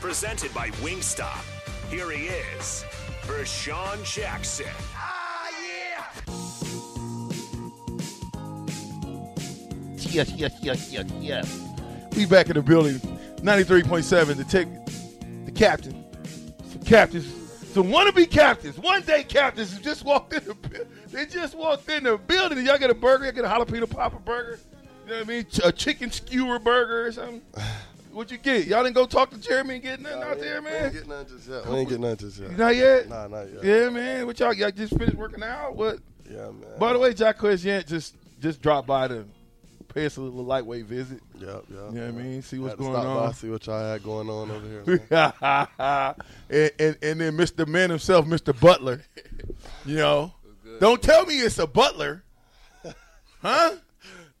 Presented by Wingstop. Here he is, Vershawn Jackson. Yes, yes, yes, yes, yes. We back in the building. 93.7, the tick, the captain. Some captains, some wannabe captains, one day captains who just walked in the bu- they just walked in the building. Y'all get a burger, y'all get a jalapeno popper burger. You know what I mean? Ch- A chicken skewer burger or something. What'd you get? Y'all didn't go talk to Jeremy and get nothing out there, We ain't man? get nothing just yet. We ain't get nothing just yet. Not yet? Nah, not yet. Yeah, man. What y'all y'all just finished working out? What Yeah, man. by the way, Jacquez Yant just just dropped by to pay us a little lightweight visit. Yep, yep. You know what I mean? See what's Had to going stop on. By, see what y'all had going on over here. man. and, and and then Mr. Man himself, Mr. Butler. You know, don't tell me it's a Butler, huh?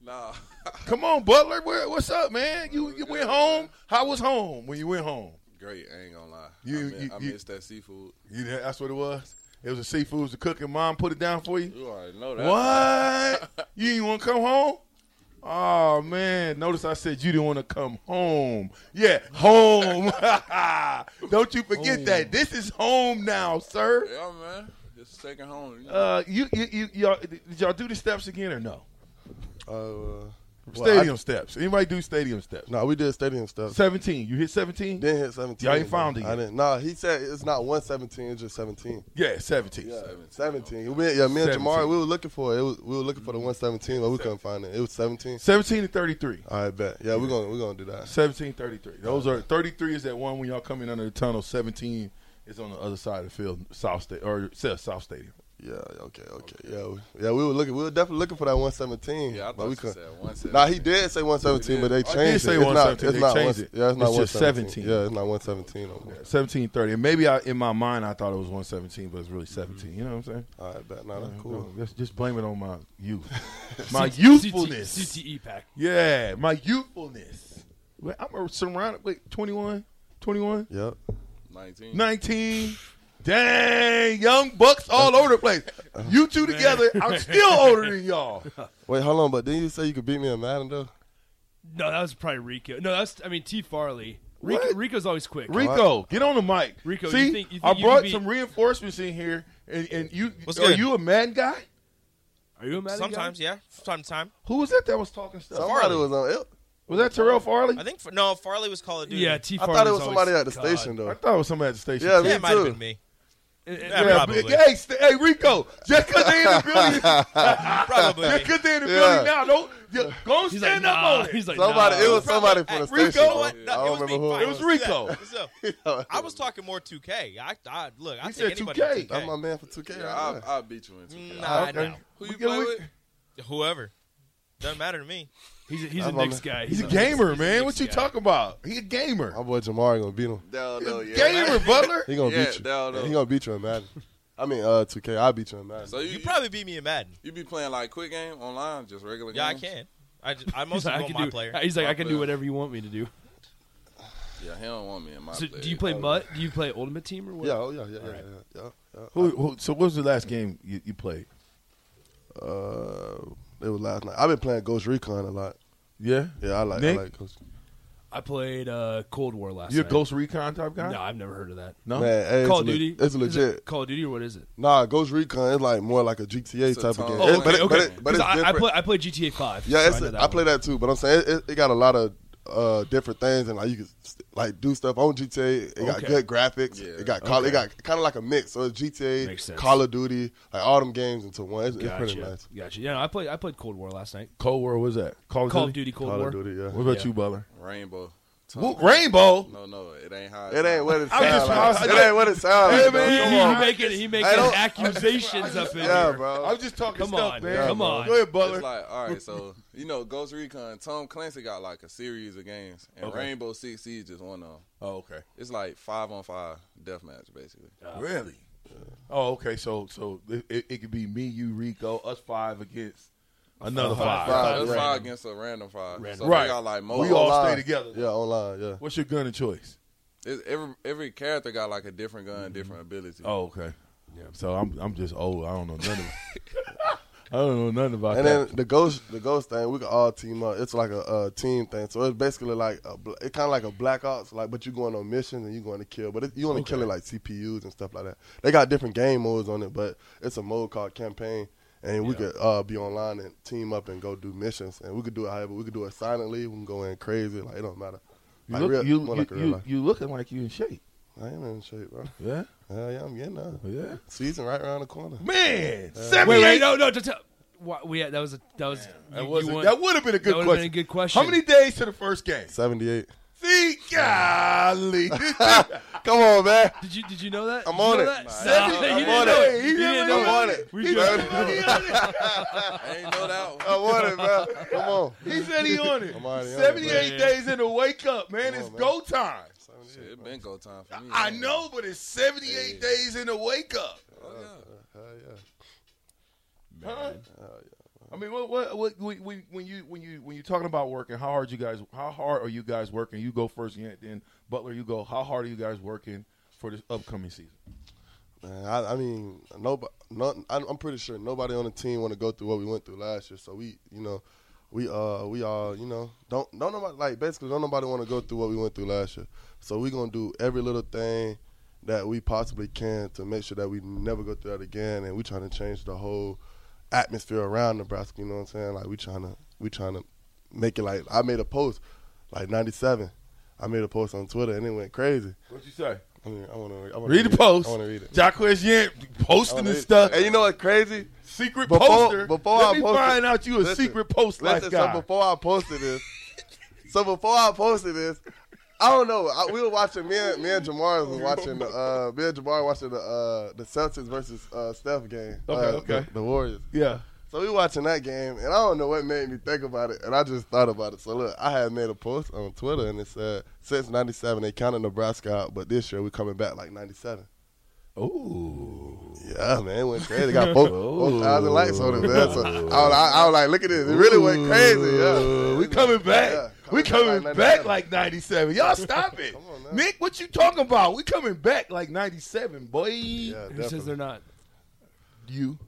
Nah, Come on, Butler. Where, what's up, man? You you went home. How was home when you went home? great. I ain't gonna lie. You- I, mi- you- I you- missed that seafood. You that's what it was. It was a seafood. It was a cooking. Mom put it down for you. You already know that. What? you didn't want to come home? Oh man! Notice I said you didn't want to come home. Yeah, home. Don't you forget that. This is home now, sir. Yeah, man. Just taking home. you know. Uh, you, you, you, y'all, did y'all do the steps again or no? Uh, well, I- stadium steps. Anybody do stadium steps? nah, we did stadium stuff. Seventeen. You hit seventeen. Didn't hit 17. Y'all ain't found it I yet. didn't. Nah, he said it's not 117, it's just 17. Yeah, seventeen. Yeah, 17. We, yeah, me and 17. Jamari, we were looking for it. it was, we were looking for the 117, but we couldn't find it. It was 17. Seventeen to thirty-three. All right, bet. Yeah, we're gonna we're gonna do that. Seventeen thirty-three. Those are thirty-three is that one when y'all come in under the tunnel. Seventeen is on the other side of the field, South State or South South Stadium. Yeah. Okay. Okay. Yeah. We, yeah. We were looking. We were definitely looking for that 117. Yeah, I but thought we you couldn't. said one seventeen. Nah, he did say 117, but they changed I did it. say It's not- 117, they one- changed it. Yeah, it's not It's just 17. 117. Yeah, it's not 117 no more. Seventeen thirty. And maybe I, in my mind I thought it was one seventeen, but it's really Mm-hmm. 17 You know what I'm saying? All right, bet. Nah, that's cool. No, just, just blame it on my youth, my E youthfulness. CTE E pack. Yeah, my youthfulness. Wait, I'm surrounded. Wait, 21, 21, Yep. 19. 19. Dang, young bucks all over the place. Oh, You two together, I'm still older than y'all. Wait, hold on, but didn't you say you could beat me in Madden though? No, that was probably Rico. No, that's I mean T Farley. Rico, What? Rico's always quick. Rico, get on the mic. Rico, you see, think- you think you I can brought be- some reinforcements in here, and, and you What's are good? you a Madden guy? Are you a Madden Sometimes, guy? yeah, from time to time. Who was that that was talking stuff? Somebody was on it. Was that Terrell Farley? I think no, Farley was Call of Duty. Yeah, T I Farley. thought it was somebody at the station I though. thought it was somebody at the station. Yeah, too. yeah, me it might have too. been me. yeah. Yeah, probably. but- Hey, st- hey, Rico, just because they in the building, Probably. just 'cause they in the Yeah. building now, don't you, go and He's stand like, up nah. on it. He's like, Somebody, nah. it was somebody from Probably. the Hey, station. You know what? though. No, I it don't was remember me. who. Fine, it was was. let's do Rico. that. Let's do Yeah. that. I was talking more 2K. I, I look. I He take said anybody 2K. 2K. That's my man for 2K. Yeah, right I'll, there. I'll beat you in 2K. Nah, Okay. no. Who Mm, We you good play with- with? Whoever. Doesn't matter to me. He's a, he's a I'm on Knicks it. guy. He's a He's gamer, he's a man. Knicks What you guy. talking about? He a gamer. My boy Jamari gonna beat him. No, no, yeah. Gamer, Butler. He gonna Yeah, beat you. no, no. He gonna beat you in Madden. I mean, uh, 2K. I'll beat you in Madden. So you, You you, probably beat me in Madden. you be playing like quick game online, just regular Yeah, I games? can. I just, I He's mostly like, I go can my do, player. He's like, My I can player. do whatever you want me to do. Yeah, he don't want me in my Oh, So, play. do you play Mutt? Do you play Ultimate Team or what? yeah, oh yeah, yeah, yeah, yeah, yeah, yeah. Who- who- so, what was the last game you, you played? Uh, it was last night. I've been playing Ghost Recon a lot. Yeah, Yeah, I like. Nick? I like Ghost. I played uh, Cold War last you a night. Ghost Recon type guy? No, I've never heard of that. No? Man, hey, Call of it's le- Duty. it's Is legit. it Call of Duty or what is it? Nah, Ghost Recon is like more like a GTA It's a type of ton- game. Oh, It- okay, but it, but okay. it, 'Cause but it's I, I different. play I play GTA Five. yeah, so it's, I, know I, that one. play that too. But I'm saying it, it, it got a lot of uh, different things, and like you can st- like do stuff on GTA. It got Okay. good graphics. Yeah. It got call, it got kind of like a mix. So it's Makes GTA, sense. Call of Duty, like all them games into one. It's, it's pretty Gotcha. nice. Gotcha. Yeah, no, I played I played Cold War last night. Cold War was that? Call of Call of Duty. Duty Cold Call War. of Duty, yeah. What about Yeah. you, Butler? Rainbow. Woo- Rainbow. No, no, it ain't high. It ain't what it I'm just- sounds I was- like. It ain't what it sounds Yeah, like. man. bro. He, Come he on. making he making I don't- accusations up in Yeah, here. bro. I'm just talking Come stuff, on, man. come on. Go ahead, It's Butler. like, all right, so you know, Ghost Recon, Tom Clancy got like a series of games, and Rainbow Six Siege is one of them. Oh, okay. It's like five on five deathmatch, basically. Really? Oh, okay. So, so it, it, it could be me, you, Rico, us five against another five. Five, That's right. five against a random five. So Right. they got like mo- We all Online. stay together. Yeah, online. Yeah. What's your gun of choice? it's- every every character got like a different gun, different ability. Oh, okay. So I'm I'm just old. I don't know nothing. I don't know nothing about And that. then the ghost, the ghost thing, we can all team up. It's like a, uh team thing, so it's basically like a, bl- it kind of like a Black Ops, like but you going on missions and you going to kill, but it, you only killing like CPUs and stuff like that. They got different game modes on it, but it's a mode called campaign, and we could uh, be online and team up and go do missions, and we could do it however we could do it silently. We can go in crazy, like it don't matter. you, like look, real, you, more you, like a real you- life. you looking like you in shape. I am in shape, bro. Yeah. Hell yeah, I'm getting up. Yeah. Season right around the corner. Man, Wait, seventy wait, eight. no, no. Just tell, why- we had, that was a that was you- That, you wasn't- want- that would have been a good that would've question. been a good question. How many days to the first game? Seventy-eight. See, golly, this Come on, man. Did you did you know that? I'm Did you on know it. that? Nah, Seven- I'm he didn't on it. know He He really didn't I'm know on it. it. We He just- really- I ain't know that I Oh. one. want it, bro. Come on. He said he on it. I'm already on it, 78 days in the wake up, man. Come it's on, man. go time. Shit, it been go time for me. I know, but it's 78 days in the wake up. Oh, yeah. Hell yeah. Huh? I mean, what, what, what, when, when when you when you when you're talking about working, how hard you guys, how hard are you guys working? You go first, and then Butler, you go. How hard are you guys working for this upcoming season? Man, I, I mean, nobody. No, I- I'm pretty sure nobody on the team want to go through what we went through last year. So we, you know, we uh, we all, you know, don't don't nobody like basically don't nobody want to go through what we went through last year. So we gonna do every little thing that we possibly can to make sure that we never go through that again. And we trying to change the whole atmosphere around Nebraska. You know what I'm saying? Like we trying to we trying to make it like I made a post like '97. I made a post on Twitter and it went crazy. What'd you say? I, mean, I want to Read the post. I want to read it. Jacquez Yant I posting wanna read this it. stuff. Oh, And you know what's crazy? secret Before- poster. before Let I me posted- find out you a Listen, secret post like Listen, guy. so before I posted this, so before I posted this, I don't know. I, we were watching me and me and Jamar was watching the uh, me and Jamar watching the uh, the Celtics versus uh, Steph game. uh, Okay, okay. The, the Warriors. yeah. So we watching that game, and I don't know what made me think about it, and I just thought about it. So look, I had made a post on Twitter, and it said since '97 they counted Nebraska out, but this year we coming back like '97. Ooh. Yeah, man, it went crazy. It got four, Oh. four thousand likes on it, man. So I was, I, I was like, look at this. It really went crazy. Yeah, We coming back. Yeah, we coming like back 97. like 97. Y'all stop it. Come on now. Nick, what you talking about? We coming back like 97, boy. Yeah, Who says they're definitely. not? You.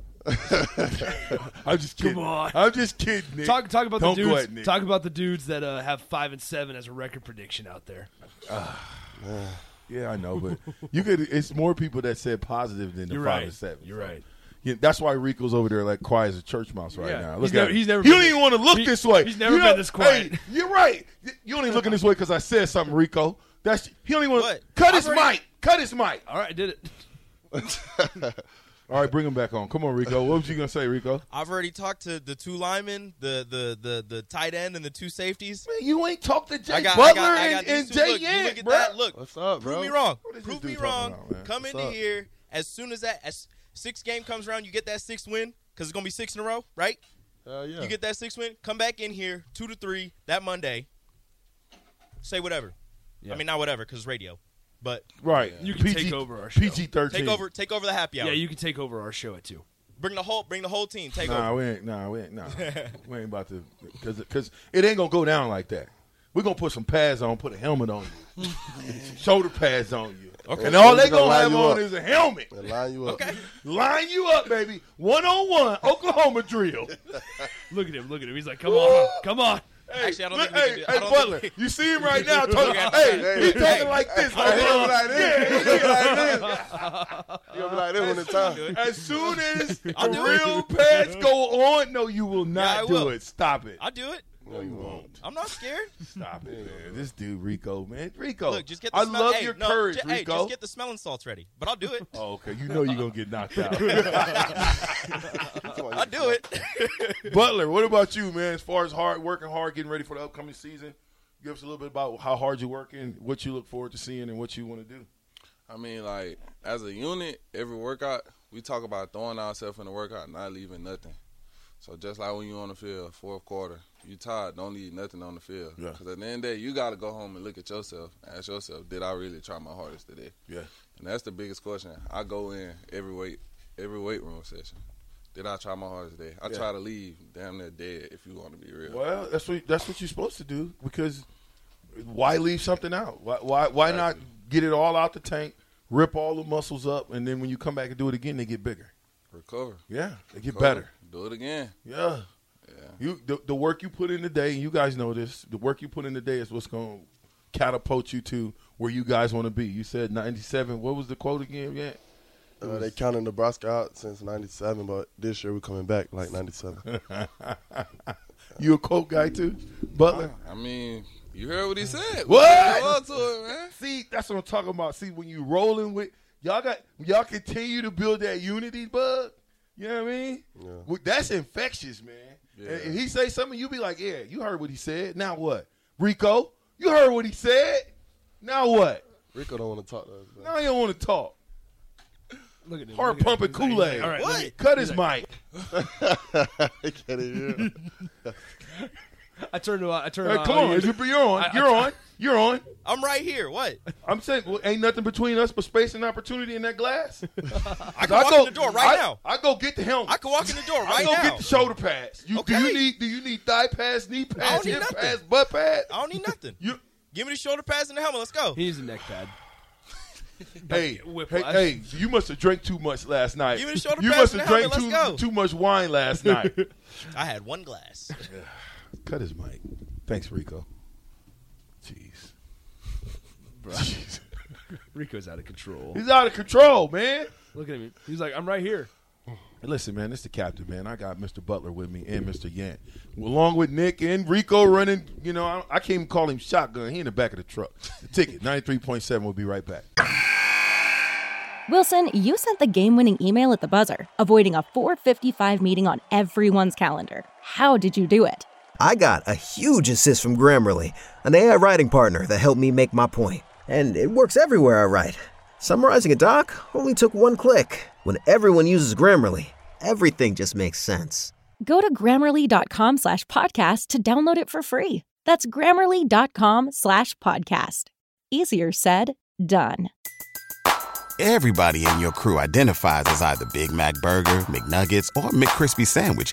I'm just Come kidding. on. I'm just kidding, Nick. Talk talk about the Don't go dudes. at Nick. talk about the dudes that uh, have five and seven as a record prediction out there. Yeah, I know, but you could. It's more people that said positive than the You're five right. and seven. You're right. Yeah, that's why Rico's over there like quiet as a church mouse right Yeah. now. He's Look at never- him. he's never He been- don't even want to look he- this way. he's never You been know- this quiet. Hey, you're right. Y- You only looking this way because I said something, Rico. That's he don't even want. What? Cut his I've already- mic. Cut his mic. All right, I did it. All right, bring him back on. Come on, Rico. What was you gonna say, Rico? I've already talked to the two linemen, the the the the tight end, and the two safeties. You ain't talked to Jay I got, Butler I got, I got and, and these two. Jay look, you look Yant, at bro. that. Look, What's up, prove bro? me wrong. What is this Prove dude me talking wrong. about, man? Come What's into up? here as soon as that as six game comes around, you get that six win because it's gonna be six in a row, right? Hell yeah. You get that six win. Come back in here two to three that Monday. Say whatever. I mean, not whatever because radio, but Right. You can take over our show. PG thirteen. take over. Take over the happy hour. Yeah, you can take over our show at two. bring the whole bring the whole team. Take Nah, over. we ain't. Nah, we ain't. Nah, we ain't about to. Cause, it- cause it ain't gonna go down like that. We're gonna put some pads on, put a helmet on you, some shoulder pads on you, okay. and all We they gonna gonna, line have you on up. is a helmet. And line you up. Okay. Line you up, baby. One on one, Oklahoma drill. Look at him. Look at him. He's like, come on, come on. Actually, I don't Look, think we hey, can do. I hey, don't think Butler, we- you see him right now? Talking, at hey, him. he Hey, talking hey. like this. Hey, he gonna be like Yeah, this. He gonna be like this. He gonna be like this when the I'll do time. it. As soon as the I'll do it. real pads go on, no, you will not I do will. it. Stop it. I'll do it. No, you won't. I'm not scared. Stop it, man. This dude, Rico, man. Rico. Look, just get. The I smell- love hey, your no, courage, ju- Hey, Rico. just get the smelling salts ready. But I'll do it. Oh, okay. You know you're gonna get knocked out. I'll do it. Butler, what about you, man? As far as hard working hard, getting ready for the upcoming season, Give us a little bit about how hard you're working, what you look forward to seeing, and what you want to do. I mean, like as a unit, every workout we talk about throwing ourselves in the workout, not leaving nothing. So just like when you on the field, fourth quarter, you tired, don't leave nothing on the field. Yeah. Because at the end of the day, you got to go home and look at yourself, ask yourself, did I really try my hardest today? Yeah. And that's the biggest question. I go in every weight, every weight room session. Did I try my hardest today? I Yeah. try to leave damn near dead. If you want to be real. Well, that's what that's what you're supposed to do because why leave something out? Why why, why not get it all out the tank, rip all the muscles up, and then when you come back and do it again, they get bigger. Recover. Yeah, they get Recover. better. Do it again. Yeah. Yeah. You the, the work you put in today, and you guys know this. The work you put in today is what's going to catapult you to where you guys want to be. You said '97. What was the quote again? Yeah. Uh, they counted Nebraska out since '97, but this year we're coming back like '97. You a quote guy too, Butler? I mean, you heard what he said. What? What's the word to it, man? See, that's what I'm talking about. See, when you rolling with y'all got when y'all continue to build that unity bug. You know what I mean? Well, that's infectious, man. Yeah. And, and he say something, you be like, "Yeah, you heard what he said. Now what, Rico? You heard what he said. Now what? Rico don't want to talk to us. man. Now you don't want to talk. Look at this. Hard pumping Kool Aid. All right, let me- Cut his mic. I can't even hear. I turned to I turned Hey, to come on, you're you're on. I- You're on. You're on. I'm right here. What? I'm saying, well, ain't nothing between us but space and opportunity in that glass. I can walk in the door right I- now. I go get the helmet. I can walk in the door I right go now. get the shoulder pads. You, Do Okay. you need? Do you need thigh pads, knee pads, need hip nothing. Uh, pads, butt pads? I don't need nothing. You, Give me the shoulder pads and the helmet. Let's go. He needs a neck pad. hey, hey, whiplash. hey, you must have drank too much last night. Give me the shoulder you must pads and have the drank helmet. too, Let's go. too much wine last night. I had one glass. Cut his mic. Thanks, Rico. Jeez, Jeez. Rico's out of control. he's out of control, man. Look at me. He's like, I'm right here. Hey, Listen, man, it's the captain, man. I got Mr. Butler with me and Mr. Yant, along with Nick and Rico running. You know, I, I can't even call him shotgun. He in the back of the truck. The ticket, ninety-three point seven. We'll be right back. Wilson, you sent the game winning email at the buzzer, avoiding a 455 meeting on everyone's calendar. How did you do it? I got a huge assist from Grammarly, an AI writing partner that helped me make my point. And it works everywhere I write. Summarizing a doc only took one click. When everyone uses Grammarly, everything just makes sense. Go to grammarly.com slash podcast to download it for free. That's grammarly.com slash podcast. Easier said, done. Everybody in your crew identifies as either Big Mac Burger, McNuggets, or McCrispy Sandwich.